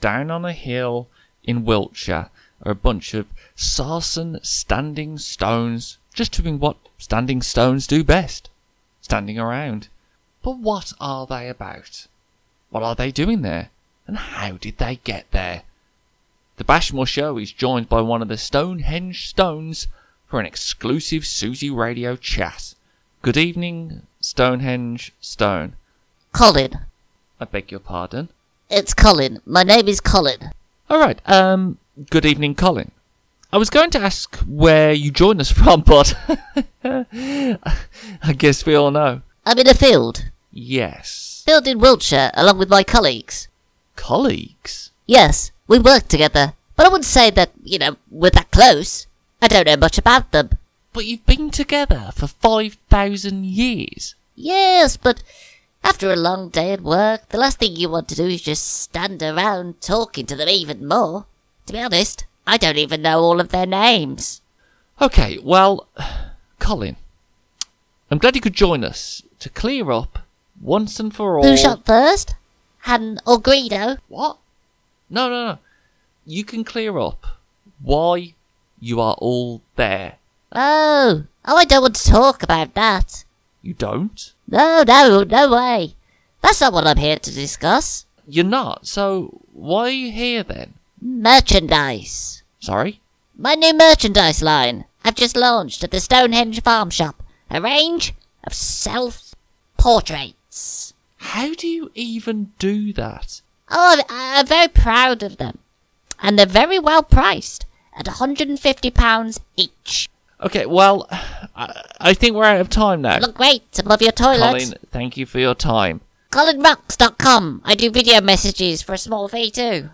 down on a hill in Wiltshire are a bunch of sarsen standing stones just doing what standing stones do best standing around. But what are they about? What are they doing there? And how did they get there? The Bashmore Show is joined by one of the Stonehenge Stones for an exclusive Susie Radio chat. Good evening, Stonehenge Stone. Colin. I beg your pardon. It's Colin. My name is Colin. All right. Um. Good evening, Colin. I was going to ask where you join us from, but I guess we all know. I'm in a field. Yes. Field in Wiltshire, along with my colleagues. Colleagues. Yes, we work together. But I wouldn't say that, you know, we're that close. I don't know much about them. But you've been together for five thousand years. Yes, but after a long day at work, the last thing you want to do is just stand around talking to them even more. To be honest, I don't even know all of their names. Okay, well, Colin, I'm glad you could join us to clear up once and for all. Who shot first? Han or Greedo? What? No, no, no. You can clear up why you are all there. Oh, oh, I don't want to talk about that. You don't? No, no, no way. That's not what I'm here to discuss. You're not. So why are you here then? Merchandise. Sorry? My new merchandise line I've just launched at the Stonehenge Farm Shop. A range of self portraits. How do you even do that? Oh, I'm, I'm very proud of them. And they're very well priced at £150 each. Okay, well, I, I think we're out of time now. Look great above your toilet. Colin, thank you for your time. ColinRocks.com. I do video messages for a small fee too.